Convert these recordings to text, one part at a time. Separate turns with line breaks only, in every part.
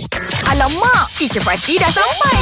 Kacau Mak Teacher Fatih dah sampai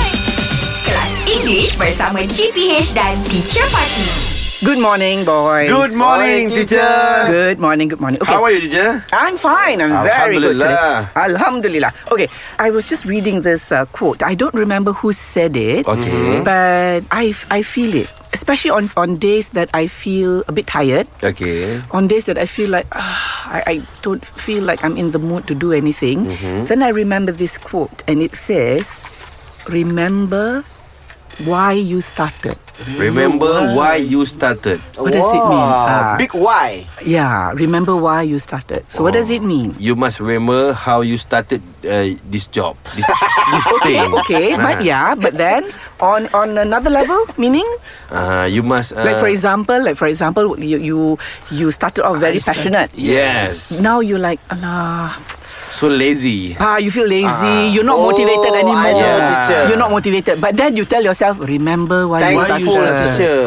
Kelas English bersama GPH dan Teacher Fatih
Good morning, boys.
Good morning, teacher.
Good morning, good morning. Okay.
How are you, teacher?
I'm fine. I'm very good today.
Alhamdulillah.
Alhamdulillah. Okay, I was just reading this uh, quote. I don't remember who said it, Mm-hmm.
Okay.
but I, f- I feel it, especially on, on days that I feel a bit tired.
Okay.
On days that I feel like ah, I, I don't feel like I'm in the mood to do anything,
Mm-hmm.
then I remember this quote, and it says, "Remember why you started."
Remember why you started.
What does it mean? Ah.
Big Y.
Yeah, remember why you started. So, what does it mean?
You must remember how you started uh, this job. This, this
Okay,
thing.
okay, but
Ah.
yeah, but then on on another level, meaning
Uh, you must. Uh,
like for example, like for example, you you you started off very passionate.
Yes.
Now you're like, alah,
So lazy.
ah, you feel lazy. you're not
Oh,
motivated
I
anymore.
know, teacher.
You're not motivated. But then you tell yourself, remember why you started.
Thankful lah teacher.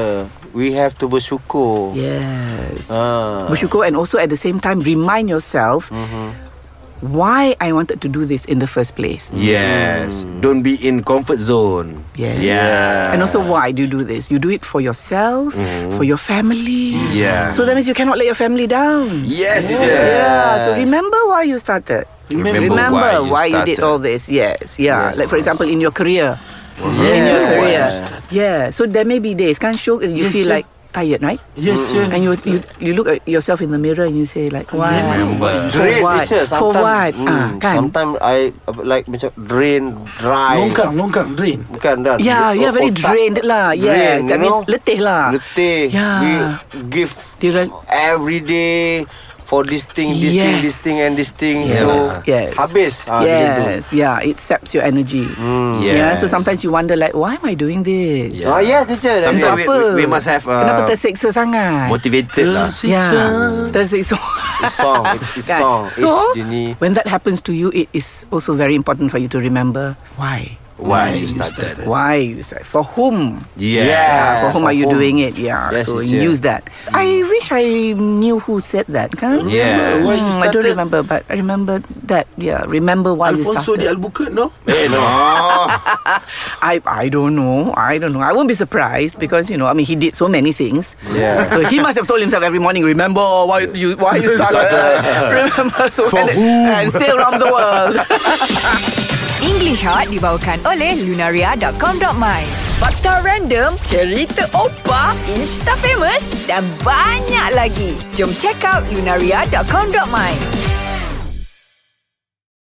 We have to bersyukur.
Yes.
Ah.
bersyukur and also at the same time remind yourself
Mm-hmm.
why I wanted to do this in the first place.
Yes. Don't be in comfort zone.
Hmm. Yes.
Yeah.
And also, why do you do this? You do it for yourself, for your family.
Yeah.
So that means you cannot let your family down.
Yes, teacher.
Yeah. So remember why you started.
Remember
Remember
why you
why you did
started.
all this. Yes. Yeah.
Yes.
Like for example, in your career. In your
Yeah.
career. Yeah. So there may be days, can't show you
Yes,
feel
sir.
like tired, right?
Yes, sir.
And you, you you look at yourself in the mirror and you say like, why?
Remember.
For
Drain
what?
teacher.
For
sometime-
what?
Hmm,
Ah, kan?
Sometimes I uh, like macam drain, dry.
Longkang, longkang, drain.
Bukan dah.
Yeah, you are very
Otak
drained lah. Yes,
drain,
that
you
means
know?
letih lah.
Letih.
Yeah.
We give
Dia-
every day for this thing, this
Yes.
thing, this thing and this thing.
Yes,
So
yes.
habis. Ah, macam
yes,
tu.
yeah, it saps your energy.
Hmm.
Yeah, so sometimes you wonder like, why am I doing this?
Yeah.
Ah, yes, teacher. that
Sometimes
means-
we- we- we must have, uh,
Kenapa terseksa sangat?
Motivated lah.
yeah, terseksa.
It's song. It's
Kan?
song.
So,
It's dia ni.
when that happens to you, it is also very important for you to remember why.
Why you started.
Why you start? For whom?
Yeah.
for whom
for
are you
whom.
doing it? Yeah,
Yes,
so
yes,
you
yeah.
use that. I wish I knew who said that. Kan?
Yeah.
Why
Hmm,
you
I don't
started?
remember, but I remember that. Yeah, remember why you
Alfonso
started.
di Albuquerque, no?
Eh, no.
I I don't know. I don't know. I won't be surprised because you know. I mean, he did so many things.
Yeah.
So he must have told himself every morning. Remember why you why you started. remember so
For
and, and sail around the world.
English Hot dibawakan oleh Lunaria.com.my Fakta random, cerita opa, insta famous dan banyak lagi Jom check out Lunaria.com.my